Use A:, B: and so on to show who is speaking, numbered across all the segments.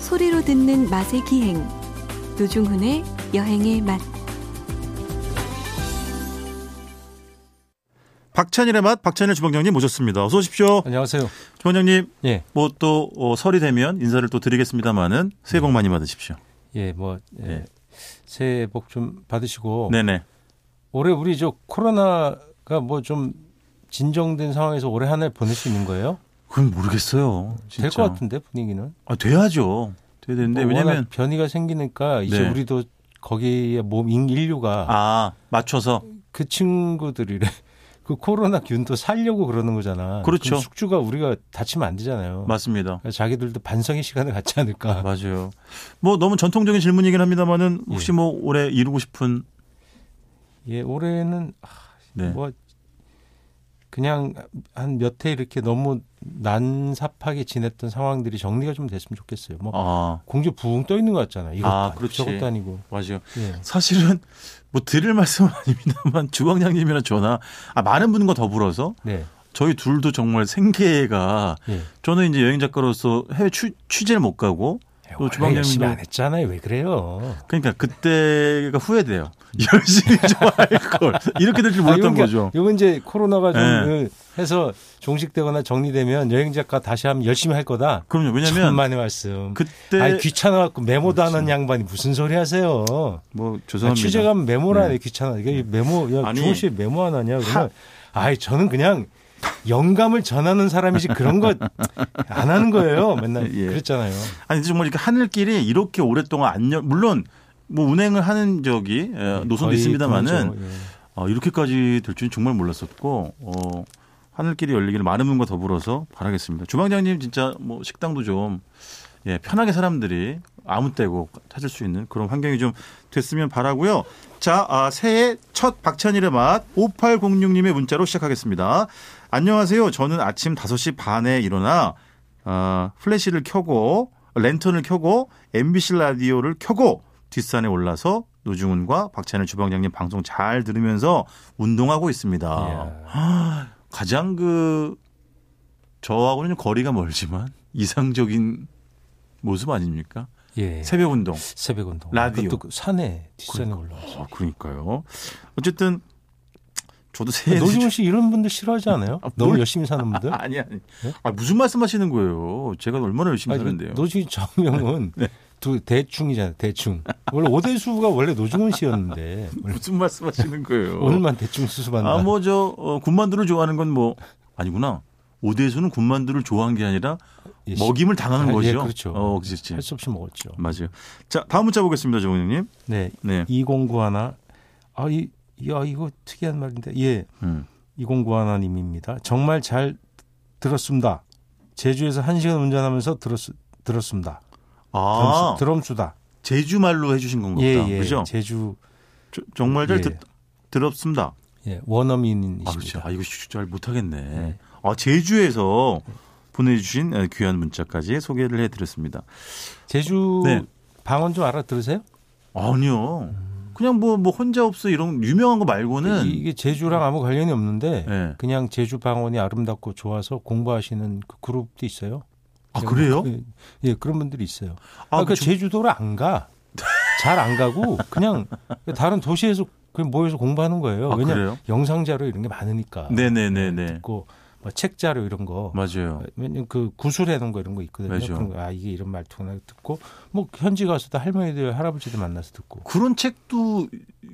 A: 소리로 듣는 맛의 기행 노중훈의 여행의 맛
B: 박찬일의 맛 박찬일 주방장님 모셨습니다. 어서 오십시오.
C: 안녕하세요.
B: 주방장님
C: 예,
B: 뭐 또 설이 되면 인사를 또 드리겠습니다마는 새해 복 많이 받으십시오.
C: 예, 뭐 예,
B: 예.
C: 새해 복 좀 받으시고
B: 네네.
C: 올해 우리 저 코로나가 뭐 좀 진정된 상황에서 올해 한 해 보낼 수 있는 거예요?
B: 그건 모르겠어요.
C: 될 것 같은데 분위기는.
B: 아, 돼야죠. 돼야 되는데
C: 뭐 워낙
B: 왜냐면
C: 변이가 생기니까 이제
B: 네.
C: 우리도 거기에 몸 인- 인류가
B: 아 맞춰서
C: 그 친구들이래. 그 코로나 균도 살려고 그러는 거잖아.
B: 그렇죠.
C: 그럼 숙주가 우리가 다치면 안 되잖아요.
B: 맞습니다.
C: 그러니까 자기들도 반성의 시간을 갖지 않을까.
B: 맞아요. 뭐 너무 전통적인 질문이긴 합니다마는 혹시
C: 예.
B: 뭐 올해 이루고 싶은
C: 예, 올해는
B: 네.
C: 뭐 그냥 한 몇 해 이렇게 너무 난삽하게 지냈던 상황들이 정리가 좀 됐으면 좋겠어요. 뭐
B: 아
C: 공주 붕 떠 있는 것 같잖아. 이것도
B: 아,
C: 아니고
B: 그렇지.
C: 저것도 아니고.
B: 맞아요.
C: 예.
B: 사실은 뭐 드릴 말씀은 아닙니다만 주방장님이나 저나 아, 많은 분과 더불어서
C: 네.
B: 저희 둘도 정말 생계가
C: 예.
B: 저는 이제 여행 작가로서 해외 취, 취재를 못 가고 또
C: 네, 원래
B: 주방장님도-
C: 어, 열심히 안 했잖아요. 왜 그래요?
B: 그러니까 그때가 후회돼요. 열심히 좀 할 걸. 이렇게 될 줄 몰랐던
C: 아, 이건
B: 거죠.
C: 이건 이제 코로나가 좀
B: 예.
C: 그 해서 종식되거나 정리되면 여행 작가 다시 하면 열심히 할 거다.
B: 그럼요. 왜냐면
C: 천만의 말씀.
B: 그때
C: 아니 귀찮아갖고 메모도 안 하는 양반이 무슨 소리 하세요?
B: 뭐
C: 아,
B: 죄송합니다.
C: 취재가면 메모를
B: 네.
C: 하네 귀찮아. 이게 메모 야
B: 아니,
C: 주호 씨 메모 안 하냐? 그러면 아이 저는 그냥 영감을 전하는 사람이지 그런 거 안 하는 거예요. 맨날
B: 예.
C: 그랬잖아요.
B: 아니 정말 이렇게 하늘길이 이렇게 오랫동안 안 열. 물론 뭐 운행을 하는 적이 에, 노선도
C: 네, 거의
B: 있습니다만은
C: 그거죠. 예.
B: 어, 이렇게까지 될 줄은 정말 몰랐었고 어, 하늘길이 열리기를 많은 분과 더불어서 바라겠습니다. 주방장님 진짜 뭐 식당도 좀 예, 편하게 사람들이 아무 때고 찾을 수 있는 그런 환경이 좀 됐으면 바라고요. 자, 아, 새해 첫 박찬일의 맛 5806님의 문자로 시작하겠습니다. 안녕하세요. 저는 아침 5시 반에 일어나 아, 플래시를 켜고 랜턴을 켜고 MBC 라디오를 켜고 뒷산에 올라서 노중훈과 박찬일 주방장님 방송 잘 들으면서 운동하고 있습니다. 아.
C: 예.
B: 가장 그 저하고는 좀 거리가 멀지만 이상적인 모습 아닙니까?
C: 예.
B: 새벽 운동.
C: 새벽 운동.
B: 라디오.
C: 그것도 그 산에 뒷산에 올라가서.
B: 아, 그러니까요. 어쨌든 저도 새해
C: 아, 노지훈 씨 이런 분들 싫어하지 않아요?
B: 아,
C: 너무
B: 뭘-
C: 열심히 사는 분들?
B: 아, 아니 아니. 아, 무슨 말씀하시는 거예요? 제가 얼마나 열심히 사는데요.
C: 예?
B: 네.
C: 노지훈 정명은 두 대충이잖아요. 대충. 원래 오대수가 원래 노중훈 씨였는데
B: 무슨 말씀하시는 거예요?
C: 오늘만 대충 수습한다.
B: 어. 아, 뭐, 저, 어, 군만두를 좋아하는 건 뭐, 아니구나. 오대수는 군만두를 좋아한 게 아니라
C: 예,
B: 먹임을 당하는
C: 아,
B: 거죠.
C: 예, 그렇죠.
B: 어, 그렇지.
C: 할 수 없이 먹었죠.
B: 맞아요. 자, 다음 문자 보겠습니다, 정원님.
C: 네,
B: 네.
C: 2091. 아, 이, 야, 이거 특이한 말인데. 예,
B: 음.
C: 2091님입니다. 정말 잘 들었습니다. 제주에서 한시간 운전하면서 들었, 들었습니다.
B: 아,
C: 드럼수, 드럼수다.
B: 제주 말로 해주신 건가 보다.
C: 예, 예.
B: 그죠?
C: 제주,
B: 저- 정말 잘
C: 예.
B: 듣, 들었습니다.
C: 예,
B: 아, 그렇죠.
C: 원어민이십니다.
B: 아, 이거 슈- 잘 못하겠네. 아, 제주에서 보내주신 에, 귀한 문자까지 소개를 해드렸습니다.
C: 제주
B: 네.
C: 방언 좀 알아들으세요?
B: 아니요. 그냥 뭐, 뭐, 혼자 없어 이런 유명한 거 말고는.
C: 네, 이게 제주랑 아무 관련이 없는데
B: 예.
C: 그냥 제주 방언이 아름답고 좋아서 공부하시는 그 그룹도 있어요.
B: 아, 그래요?
C: 예, 예, 그런 분들이 있어요.
B: 아,
C: 아,
B: 그
C: 그러니까
B: 중-
C: 제주도를 안 가. 잘 안 가고 그냥 다른 도시에서 그냥 모여서 공부하는 거예요.
B: 아,
C: 왜냐
B: 그래요?
C: 면 영상 자료 이런 게 많으니까.
B: 네네네네.
C: 있고 뭐책 자료 이런 거.
B: 맞아요.
C: 왜냐면 그 구술해 놓은 거 이런 거 있거든요.
B: 맞아.
C: 그런 거, 아 이게 이런 말투나 듣고 뭐 현지 가서도 할머니들 할아버지들 만나서 듣고.
B: 그런 책도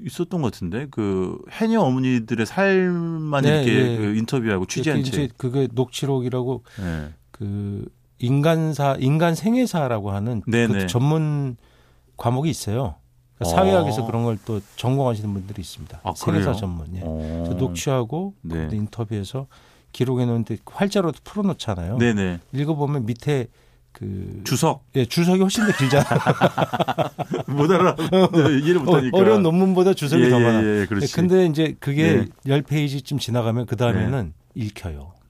B: 있었던 것 같은데 그 해녀 어머니들의 삶만
C: 네,
B: 이렇게
C: 예.
B: 그 인터뷰하고 취재한
C: 이제
B: 책.
C: 그게 녹취록이라고
B: 예.
C: 그 인간사 인간 생애사라고 하는 그
B: 네네.
C: 전문 과목이 있어요. 그러니까
B: 어.
C: 사회학에서 그런 걸 또 전공하시는 분들이 있습니다.
B: 아,
C: 생애사
B: 그래요?
C: 전문. 예.
B: 어.
C: 그래서 녹취하고
B: 네.
C: 또 인터뷰에서 기록해 놓는데 활자로 풀어 놓잖아요.
B: 네네.
C: 읽어보면 밑에 그
B: 주석
C: 예, 주석이 훨씬 더 길잖아요.
B: 못 알아 네, 이해를 못하니까.
C: 어, 려운 논문보다 주석이
B: 예,
C: 더 많아.
B: 예, 예, 그렇지.
C: 근데 이제
B: 예.
C: 그게 열 10페이지쯤 지나가면 그다음에는 읽혀요.
B: 네.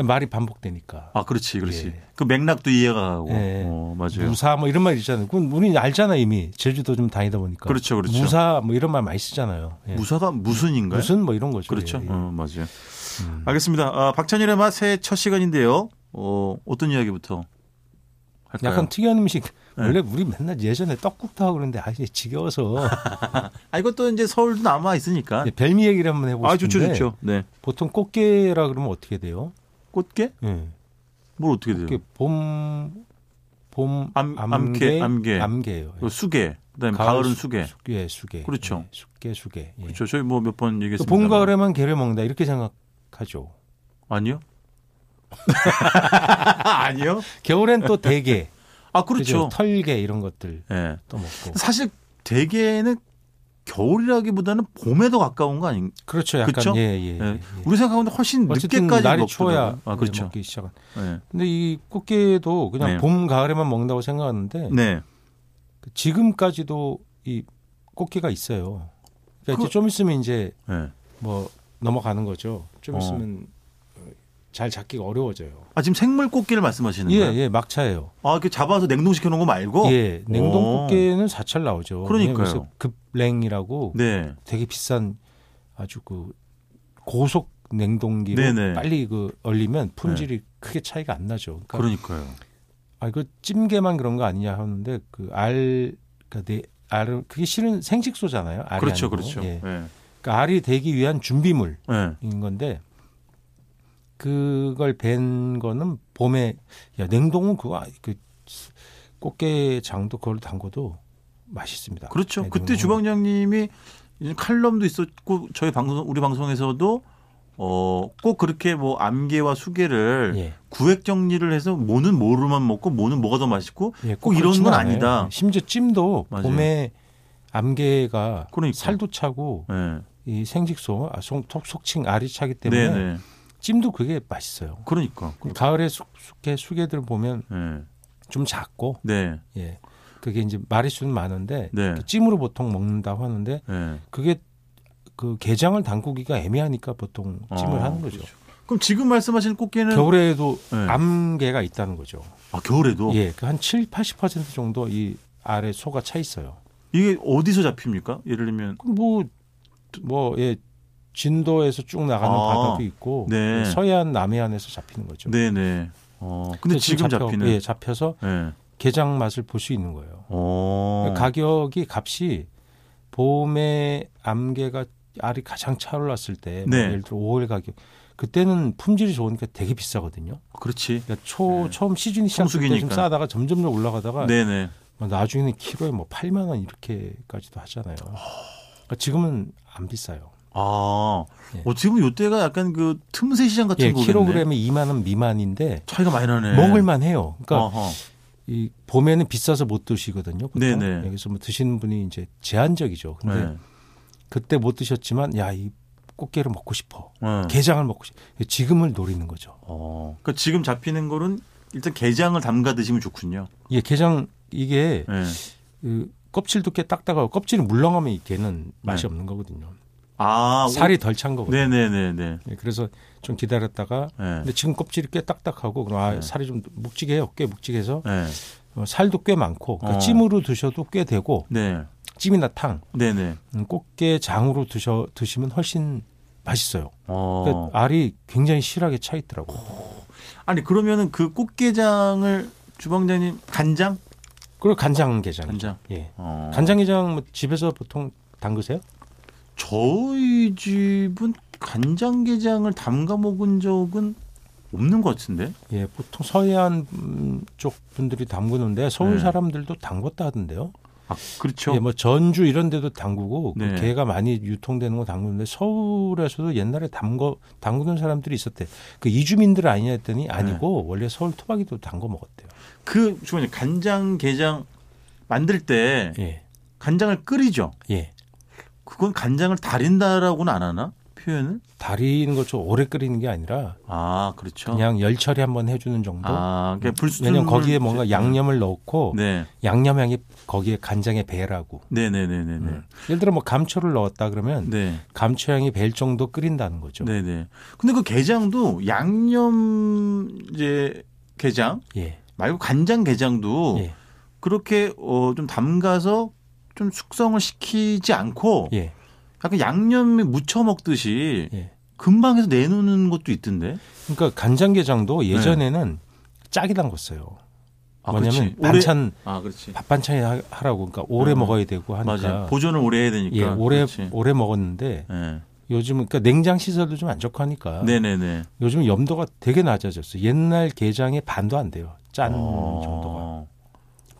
B: 아,
C: 말이 반복되니까.
B: 아 그렇지 그렇지.
C: 네. 예.
B: 그 맥락도 이해가 가고.
C: 예.
B: 어, 맞아요.
C: 무사 뭐 이런 말 있잖아요. 그건 우리 알잖아 이미 제주도 좀 다니다 보니까.
B: 그렇죠, 그렇죠.
C: 무사 뭐 이런 말 많이 쓰잖아요. 예.
B: 가 무슨인가요?
C: 무슨 음. 뭐 이런 거죠.
B: 그렇죠.
C: 예, 예.
B: 어, 맞아요. 알겠습니다. 아, 박찬일의 맛 새해 첫 시간인데요. 네. 어, 어떤 이야기부터 할까요?
C: 약간 특이한 음식. 원래 우리 맨날 예전에 떡국도 그러는데 아 이제 지겨워서
B: 아 이것도 이제 서울도 남아 있으니까.
C: 이제 별미 얘기를 한번 예, 해보고
B: 아
C: 싶은데
B: 좋죠 좋죠. 네.
C: 보통 꽃게라 그러면 어떻게 돼요?
B: 꽃게?
C: 예.
B: 뭘 어떻게 돼요?
C: 이렇게 봄, 봄,
B: 암-
C: 암게,
B: 암게, 암게.
C: 암게예요.
B: 그 수개. 그다음에
C: 가을
B: 가을, 은
C: 수-
B: 수개.
C: 수- 예, 수개.
B: 그렇죠.
C: 예, 수개, 수개. 예.
B: 그렇죠. 저희 뭐 몇 번 얘기했습니다.
C: 봄, 가을에만 게를 먹는다 이렇게 생각하죠.
B: 아니요. 아니요.
C: 겨울엔 또 대게,
B: 아
C: 그죠? 음.
B: 그렇죠.
C: 털게 이런 것들
B: 예.
C: 또 먹고.
B: 사실 대개는 겨울이라기보다는 봄에 더 가까운 거 아닌?
C: 그렇죠, 약간
B: 그쵸?
C: 예, 예.
B: 예.
C: 예.
B: 우리 생각하는 훨씬
C: 어쨌든
B: 늦게까지
C: 날이
B: 먹더라고요.
C: 추워야
B: 아 그렇죠.
C: 먹기 시작한.
B: 네.
C: 근데 이 꽃게도 그냥
B: 네.
C: 봄, 가을에만 먹는다고 생각하는데
B: 네.
C: 그 지금까지도 이 꽃게가 있어요. 그러니까
B: 그-
C: 이제 좀 있으면 이제
B: 네.
C: 뭐 넘어가는 거죠. 좀
B: 어.
C: 있으면 어, 잘 잡기가 어려워져요.
B: 아 지금 생물 꽃게를 말씀하시는
C: 예,
B: 거예요?
C: 예, 막차예요.
B: 아, 그 잡아서 냉동시켜 놓은 거 말고?
C: 예,
B: 오.
C: 냉동 꽃게는 사찰 나오죠.
B: 그러니까요.
C: 그래서 급냉이라고
B: 네.
C: 되게 비싼 아주 그 고속 냉동기로
B: 네네. 네.
C: 빨리 그 얼리면 품질이 크게 차이가 안 나죠. 그러니까
B: 그러니까요.
C: 아 이거 찜게만 그런 거 아니냐 하는데 그알 그러니까 내 알은 그게 실은 생식소잖아요. 알이
B: 그렇죠,
C: 아니고.
B: 그렇죠.
C: 예.
B: 예. 예.
C: 그러니까 알이 되기 위한 준비물. 인 건데 그걸 벤 거는 봄에 야 냉동은 그거 아- 그 꽃게장도 그걸 담궈도 맛있습니다.
B: 그렇죠.
C: 네,
B: 그때
C: 냉동은.
B: 주방장님이 이제 칼럼도 있었고 저희 방송 우리 방송에서도 어, 꼭 그렇게 뭐 암개와 수개를
C: 예.
B: 구획 정리를 해서 뭐는 뭐로만 먹고 뭐는 뭐가 더 맛있고
C: 예,
B: 꼭 이런
C: 그렇지는
B: 건
C: 않아요.
B: 아니다.
C: 예, 심지어 찜도
B: 맞아요.
C: 봄에 암개가
B: 그러니까.
C: 살도 차고
B: 예.
C: 이 생식소 아, 속, 속- 속칭 알이 차기 때문에
B: 네, 네.
C: 찜도 그게 맛있어요.
B: 그러니까.
C: 그 가을에 숙, 숙해 수개들 보면
B: 예.
C: 좀 작고
B: 네.
C: 예 그게 이제 마리수는 많은데 그
B: 네.
C: 찜으로 보통 먹는다고 하는데
B: 예.
C: 그게 그 게장을 담그기가 애매하니까 보통 찜을
B: 아,
C: 하는 거죠.
B: 그럼 지금 말씀하신 꽃게는
C: 겨울에도
B: 네.
C: 암개가 있다는 거죠.
B: 아, 겨울에도
C: 예, 그한 7, 80% 정도 이 아래 소가 차 있어요.
B: 이게 어디서 잡힙니까? 예를 들면
C: 그럼 뭐, 뭐, 예, 진도에서 쭉 나가는
B: 아,
C: 바다도 있고
B: 네.
C: 서해안, 남해안에서 잡히는 거죠.
B: 네, 네. 어, 근데 지금
C: 그렇죠. 잡혀-
B: 잡히는
C: 예, 잡혀서
B: 예.
C: 게장 맛을 볼 수 있는 거예요.
B: 어.
C: 가격이 값이 봄에 암개가 알이 가장 차올랐을 때뭐
B: 네.
C: 예를 들어 5월 가격 그때는 품질이 좋으니까 되게 비싸거든요.
B: 그렇지.
C: 그러니까 초
B: 네.
C: 처음 시즌이 시작될 때좀
B: 성수기니까.
C: 싸다가 점점 점 올라가다가
B: 네, 네.
C: 뭐 나중에는 키로에 뭐 8만 원 이렇게까지도 하잖아요. 그러니까 지금은 안 비싸요.
B: 아.
C: 예.
B: 어떻게 보면 요때가 약간 그 틈새 시장 같은
C: 예,
B: 거겠네.
C: 키로그램에 2만 원 미만인데
B: 차이가 많이 나네.
C: 먹을만 해요. 그러니까
B: 아하.
C: 이 봄에는 비싸서 못 드시거든요. 보통.
B: 네네.
C: 예, 그래서 뭐 드시는 분이 이제 제한적이죠. 근데
B: 네.
C: 그때 못 드셨지만 야 이 꽃게를 먹고 싶어.
B: 네.
C: 게장을 먹고 싶어. 지금을 노리는 거죠.
B: 어. 그러니까 지금 잡히는 거는 일단 게장을 담가 드시면 좋군요.
C: 예, 게장 이게
B: 예.
C: 그 껍질도 꽤 딱딱하고 껍질이 물렁하면 이 게는 맛이
B: 네.
C: 없는 거거든요.
B: 아,
C: 살이 덜 찬 거거든요.
B: 네, 네, 네, 네.
C: 예, 그래서 좀 기다렸다가
B: 예.
C: 근데 지금 껍질이 꽤 딱딱하고 그럼 아,
B: 네.
C: 살이 좀 묵직해요. 꽤 묵직해서
B: 네.
C: 어, 살도 꽤 많고 그러니까
B: 어.
C: 찜으로 드셔도 꽤 되고
B: 네.
C: 찜이나 탕
B: 네, 네.
C: 음, 꽃게 장으로 드셔 드시면 훨씬 맛있어요.
B: 어.
C: 그러니까 알이 굉장히 실하게 차 있더라고. 요
B: 아니 그러면은 그 꽃게장을 주방장님 간장?
C: 그리고 간장게장.
B: 간장.
C: 예.
B: 어.
C: 간장게장 뭐 집에서 보통 담그세요?
B: 저희 집은 간장게장을 담가 먹은 적은 없는 것 같은데.
C: 예, 보통 서해안 음, 쪽 분들이 담그는데 서울
B: 네.
C: 사람들도 담궜다 하던데요.
B: 아 그렇죠.
C: 예, 뭐 전주 이런 데도 담그고 그
B: 네.
C: 게가 많이 유통되는 거 담그는데 서울에서도 옛날에 담궈 담그는 사람들이 있었대. 그 이주민들 아니냐
B: 네.
C: 했더니 아니고 원래 서울 토박이도 담궈 먹었대요.
B: 그 주방장님 간장게장 만들 때
C: 예.
B: 간장을 끓이죠.
C: 예.
B: 그건 간장을 달인다라고는 안 하나 표현을?
C: 다리는 걸좀 오래 끓이는 게 아니라
B: 아 그렇죠.
C: 그냥 열 처리 한번 해 주는 정도.
B: 아 그러니까 불순물.
C: 왜냐면 거기에 뭔가 양념을 넣고
B: 네.
C: 양념향이 거기에 간장에 배라고.
B: 네네네네네.
C: 음. 예를 들어 뭐 감초를 넣었다 그러면
B: 네.
C: 감초향이 벨 정도 끓인다는 거죠.
B: 네네. 근데 그 게장도 양념 이제 게장
C: 예.
B: 말고 간장 게장도
C: 예.
B: 그렇게 어, 좀 담가서 좀 숙성을 시키지 않고
C: 예.
B: 약간 양념에 무쳐 먹듯이
C: 예.
B: 금방 해서 내놓는 것도 있던데.
C: 그러니까 간장게장도 예전에는 짜게 담궜어요.
B: 네. 아,
C: 뭐냐면
B: 그렇지. 올해-
C: 반찬
B: 아, 그렇지.
C: 밥 반찬이 하- 하라고 그러니까 오래
B: 음.
C: 먹어야 되고 하니까
B: 맞아. 보존을 오래 해야 되니까.
C: 예 오래
B: 그렇지.
C: 오래 먹었는데
B: 예.
C: 요즘은 그러니까 냉장 시설도 좀 안 좋고 하니까
B: 네네네.
C: 요즘 염도가 되게 낮아졌어. 옛날 게장의 반도 안 돼요. 짠
B: 어.
C: 정도가.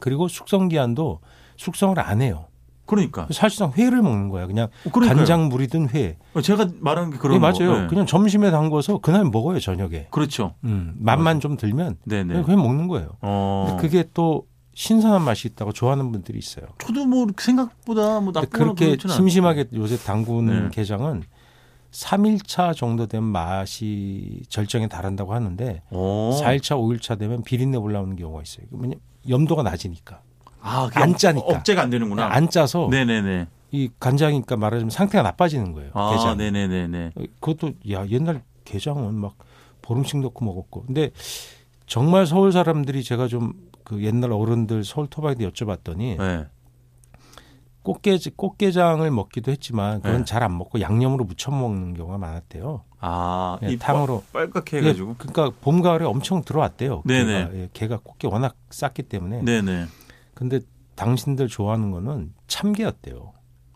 C: 그리고 숙성 기한도 숙성을 안 해요.
B: 그러니까. 어,
C: 사실상 회를 먹는 거야. 그냥
B: 그러니까요.
C: 간장 물이든 회.
B: 제가 말한 게 그런
C: 예,
B: 거.
C: 맞아요.
B: 예.
C: 그냥 점심에 담궈서 그날 먹어요 저녁에.
B: 그렇죠.
C: 음, 맛만 좀 들면
B: 네네.
C: 그냥, 그냥 먹는 거예요.
B: 어.
C: 근데 그게 또 신선한 맛이 있다고 좋아하는 분들이 있어요.
B: 저도 뭐 생각보다 뭐
C: 근데
B: 나쁘거나
C: 그렇게
B: 그렇진 않아요.
C: 심심하게 요새 담근
B: 네.
C: 게장은 3일차 정도 된 맛이 절정에 달한다고 하는데
B: 어.
C: 4일차, 5일차 되면 비린내 올라오는 경우가 있어요. 그 왜냐 염도가 낮으니까
B: 아, 그게
C: 안 짜니까. 네,
B: 억제가 안 되는구나.
C: 안 짜서
B: 네네네.
C: 이 간장이니까 말하자면 상태가 나빠지는 거예요.
B: 아,
C: 게장.
B: 네네네네.
C: 그것도 야 옛날 게장은 막 보름씩 넣고 먹었고. 근데 정말 서울 사람들이 제가 좀 그 옛날 어른들 서울 토박이한테 여쭤봤더니
B: 네.
C: 꽃게 꽃게장을 먹기도 했지만 그건
B: 네.
C: 잘 안 먹고 양념으로 무쳐 먹는 경우가 많았대요.
B: 아,
C: 예,
B: 이
C: 탕으로.
B: 빨- 빨갛게 해가지고.
C: 예, 그러니까 봄 가을에 엄청 들어왔대요.
B: 네네.
C: 걔가, 예, 걔가 꽃게 워낙 쌌기 때문에.
B: 네네.
C: 근데 당신들 좋아하는 거는 참게였대요.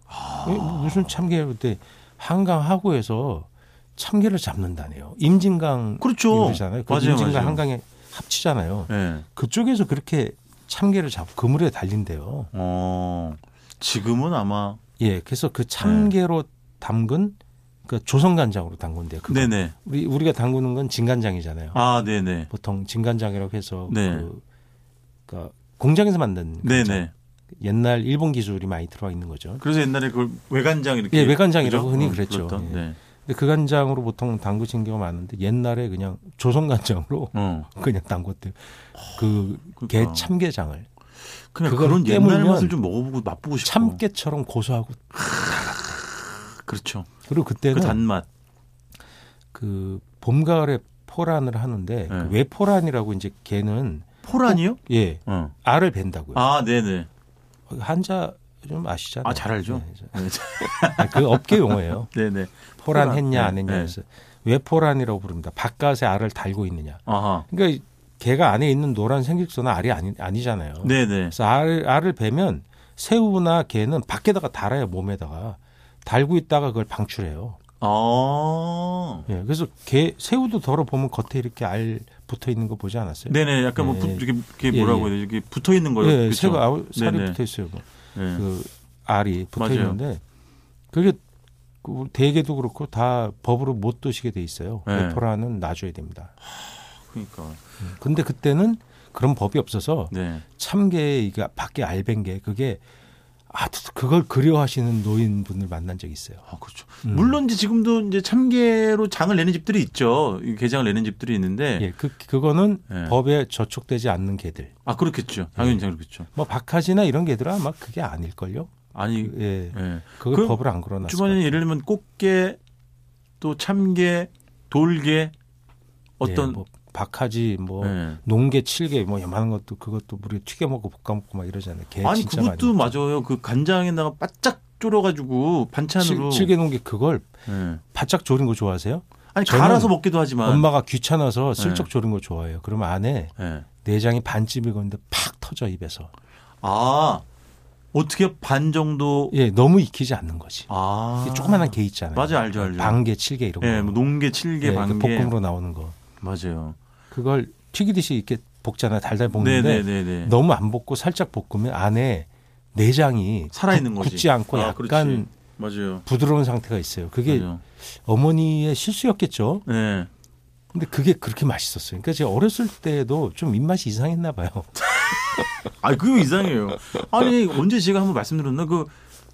B: 아,
C: 예, 무슨 참게 그때 한강 하구에서 참게를 잡는다네요. 임진강
B: 그렇죠.
C: 인구잖아요. 그
B: 맞아요,
C: 임진강
B: 맞아요.
C: 한강에 합치잖아요.
B: 네.
C: 그쪽에서 그렇게 참게를 잡고 그물에 달린대요.
B: 어, 지금은 아마
C: 예, 그래서 그 참게로 담근 그 조선간장으로 담근대요. 그거.
B: 네네.
C: 우리 우리가 담그는 건 진간장이잖아요.
B: 아, 네네.
C: 보통 진간장이라고 해서
B: 네.
C: 그 그러니까 공장에서 만든 간장.
B: 네네.
C: 옛날 일본 기술이 많이 들어와 있는 거죠.
B: 그래서 옛날에 그걸 외간장 이렇게
C: 예, 외간장이라고
B: 그죠?
C: 흔히
B: 어,
C: 그랬죠.
B: 불렀던.
C: 예.
B: 네.
C: 근데 그 간장으로 보통 담그신 경우가 많은데 옛날에 그냥 조선간장으로
B: 어.
C: 그냥 담궜대요. 그
B: 그러니까.
C: 게 참게장을
B: 그냥
C: 그걸
B: 그런 옛날
C: 깨물면
B: 맛을 좀 먹어보고 맛보고 싶고.
C: 참깨처럼 고소하고
B: 그렇죠.
C: 그리고
B: 그
C: 그때는 그,
B: 단맛.
C: 봄 가을에 포란을 하는데
B: 네.
C: 왜 포란이라고 이제 개는
B: 포란이요?
C: 예
B: 어.
C: 알을 벤다고요.
B: 아, 네네.
C: 한자 좀 아시잖아요.
B: 아, 잘 알죠.
C: 네, 아, 그 업계 용어예요.
B: 네네.
C: 포란
B: 포란.
C: 했냐 안
B: 네,
C: 했냐
B: 네.
C: 해서 왜 포란이라고 부릅니다. 바깥에 알을 달고 있느냐.
B: 아하.
C: 그러니까 개가 안에 있는 노란 생육소는 알이 아니, 아니잖아요.
B: 네네.
C: 그래서 알, 알을 베면 새우나 개는 밖에다가 달아요 몸에다가 달고 있다가 그걸 방출해요.
B: 아.
C: 예, 그래서 개 새우도 덜어 보면 겉에 이렇게 알 붙어 있는 거 보지 않았어요?
B: 네네. 약간 뭐
C: 예.
B: 부- 이렇게, 이렇게
C: 예,
B: 뭐라고
C: 예.
B: 해야 되지? 이렇게 붙어 있는 거예요.
C: 예,
B: 그렇죠?
C: 새가 아우 살이
B: 네네.
C: 붙어 있어요. 뭐.
B: 예.
C: 그 알이 붙어
B: 맞아요.
C: 있는데 그게 그 대개도 그렇고 다 법으로 못 두시게 돼 있어요.
B: 네.
C: 외포라는 놔줘야 됩니다.
B: 그러니까.
C: 근데 그때는 그런 법이 없어서
B: 네.
C: 참게 이게 밖에 알벤 게 그게 아 그걸 그리워하시는 노인분을 만난 적이 있어요.
B: 아, 그렇죠.
C: 음.
B: 물론 이제 지금도 이제 참개로 장을 내는 집들이 있죠. 이 게장을 내는 집들이 있는데.
C: 예, 그 그거는
B: 네.
C: 법에 저촉되지 않는 개들.
B: 아, 그렇겠죠. 당연히 그렇겠죠.
C: 뭐 박하지나 이런 개들은 아마 그게 아닐 걸요.
B: 아니,
C: 예.
B: 예.
C: 그걸
B: 그럼
C: 법을 안 걸어 놨어요.
B: 주변에 예를 들면 꽃게 또 참게, 돌게 어떤
C: 뭐 박하지 뭐
B: 예.
C: 농개 칠개 뭐 요만한 것도 그것도 우리 튀겨 먹고 볶아 먹고 막 이러잖아요. 개
B: 아니
C: 예, 진짜
B: 그것도 맞아요. 그 간장에다가 바짝 졸여가지고 반찬으로
C: 많이. 칠, 개 농개 그걸
B: 예.
C: 바짝 조린 거 좋아하세요?
B: 아니
C: 저는
B: 갈아서 네. 먹기도 하지만
C: 엄마가 귀찮아서 슬쩍 조린 거 좋아해요. 그러면 안에
B: 예.
C: 내장이 반쯤 익었는데 팍 터져 입에서.
B: 아 어떻게 반 정도
C: 예, 너무 익히지 않는 거지.
B: 아
C: 이게 조그만한 개 있잖아요.
B: 맞아 알죠 알죠.
C: 반개, 칠개 이런 거.
B: 예, 뭐 농개, 칠개,
C: 예, 그
B: 반개
C: 볶음으로 나오는 거.
B: 맞아요.
C: 그걸 튀기듯이 이렇게 볶잖아요. 달달 볶는데
B: 네네네네.
C: 너무 안 볶고 살짝 볶으면 안에 내장이
B: 살아있는
C: 굳-
B: 거지.
C: 굳지 않고
B: 아,
C: 약간
B: 그렇지. 맞아요.
C: 부드러운 상태가 있어요. 그게
B: 맞아요.
C: 어머니의 실수였겠죠.
B: 네.
C: 근데 그게 그렇게 맛있었어요. 그러니까 제가 어렸을 때도 좀 입맛이 이상했나 봐요.
B: 어, 아, 그거 이상해요. 아니, 언제 제가 한번 말씀드렸나? 그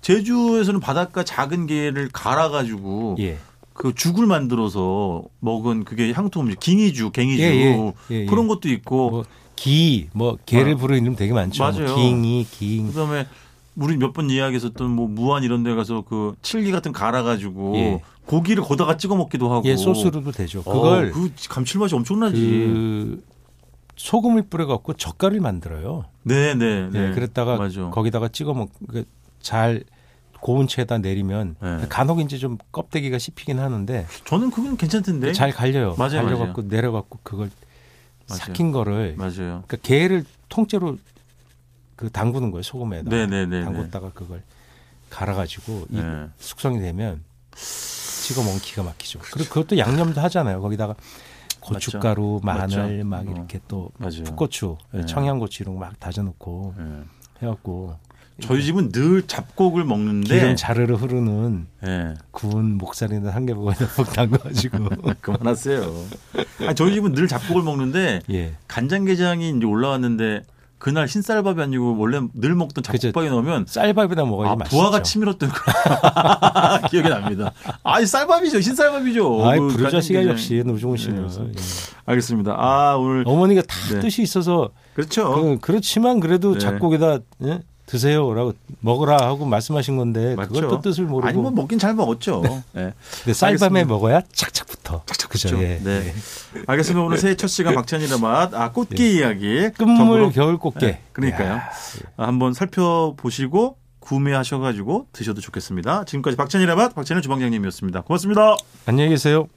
B: 제주에서는 바닷가 작은 게를 갈아 가지고
C: 예.
B: 그 죽을 만들어서 먹은 그게 향토 음식, 갱이주, 갱이주.
C: 예, 예. 예, 예.
B: 그런 것도 있고
C: 뭐 기, 뭐 개를 부르는 이름 되게 많죠.
B: 아. 맞아요.
C: 뭐 깅이, 깅.
B: 그다음에 우리 몇 번 이야기했었던 뭐 무안 이런 데 가서 그 칠기 같은 갈아 가지고
C: 예.
B: 고기를 거다가 찍어 먹기도 하고
C: 예, 소스로도 되죠.
B: 어,
C: 그걸
B: 그 감칠맛이 엄청나지.
C: 그 소금을 뿌려 갖고 젓갈을 만들어요.
B: 네, 네,
C: 예,
B: 네.
C: 그랬다가
B: 맞아.
C: 거기다가 찍어 그 먹잘 고운 채에다 내리면
B: 네.
C: 간혹 이제 좀 껍데기가 씹히긴 하는데
B: 저는 그건 괜찮던데.
C: 잘 갈려요.
B: 맞아요,
C: 갈려갖고 내려갖고 그걸
B: 맞아요.
C: 삭힌 거를
B: 맞아요.
C: 그러니까 게를 통째로 그 담그는 거예요 소금에다 가
B: 네네네.
C: 담궜다가 그걸 갈아가지고 이
B: 네.
C: 숙성이 되면 찍어 먹으면 기가 막히죠. 그리고 그것도 양념도 하잖아요. 거기다가 고춧가루,
B: 그렇죠. 맞죠.
C: 마늘 막
B: 어.
C: 이렇게 또
B: 맞아요.
C: 풋고추,
B: 네.
C: 청양고추 이런 거 막 다져놓고
B: 예.
C: 해갖고
B: 저희 집은 늘 잡곡을 먹는데
C: 네. 기름 자르르 흐르는
B: 예.
C: 구운 목살이나 한개복에다 푹 담가가지고
B: 그만하세요. 아니, 저희 집은 늘 잡곡을 먹는데
C: 예
B: 간장게장이 이제 올라왔는데 그날 흰쌀밥이 아니고 원래 늘 먹던
C: 그죠.
B: 잡곡밥이 넣으면
C: 쌀밥에다 먹어야지
B: 아,
C: 맛있죠.
B: 부하가 치밀었던 거 기억이 납니다. 아니 쌀밥이죠, 흰쌀밥이죠.
C: 아이
B: 그
C: 부르자식이
B: 간장게장.
C: 역시 노중훈 씨는 예.
B: 네. 알겠습니다. 아 오늘
C: 어머니가 다
B: 네.
C: 뜻이 있어서
B: 그렇죠.
C: 그, 그렇지만 그래도
B: 네.
C: 작곡에다 예? 드세요라고 먹으라 하고 말씀하신 건데
B: 맞죠.
C: 그걸 또 뜻을 모르고
B: 아니 뭐 먹긴 잘 먹었죠. 네.
C: 근데 쌀밤에
B: 알겠습니다.
C: 먹어야 착착 붙어. 예. 착착
B: 그렇죠. 네. 알겠습니다. 오늘 새해 첫 시간 박찬일의 맛, 아 꽃게 이야기
C: 네. 예. 끝물
B: 정보로-
C: 겨울 꽃게.
B: 네, 그러니까요.
C: 야,
B: 아, 한번 살펴보시고 구매하셔가지고 드셔도 좋겠습니다. 지금까지 박찬일의 맛 박찬일 주방장님이었습니다. 고맙습니다.
C: 안녕히 계세요.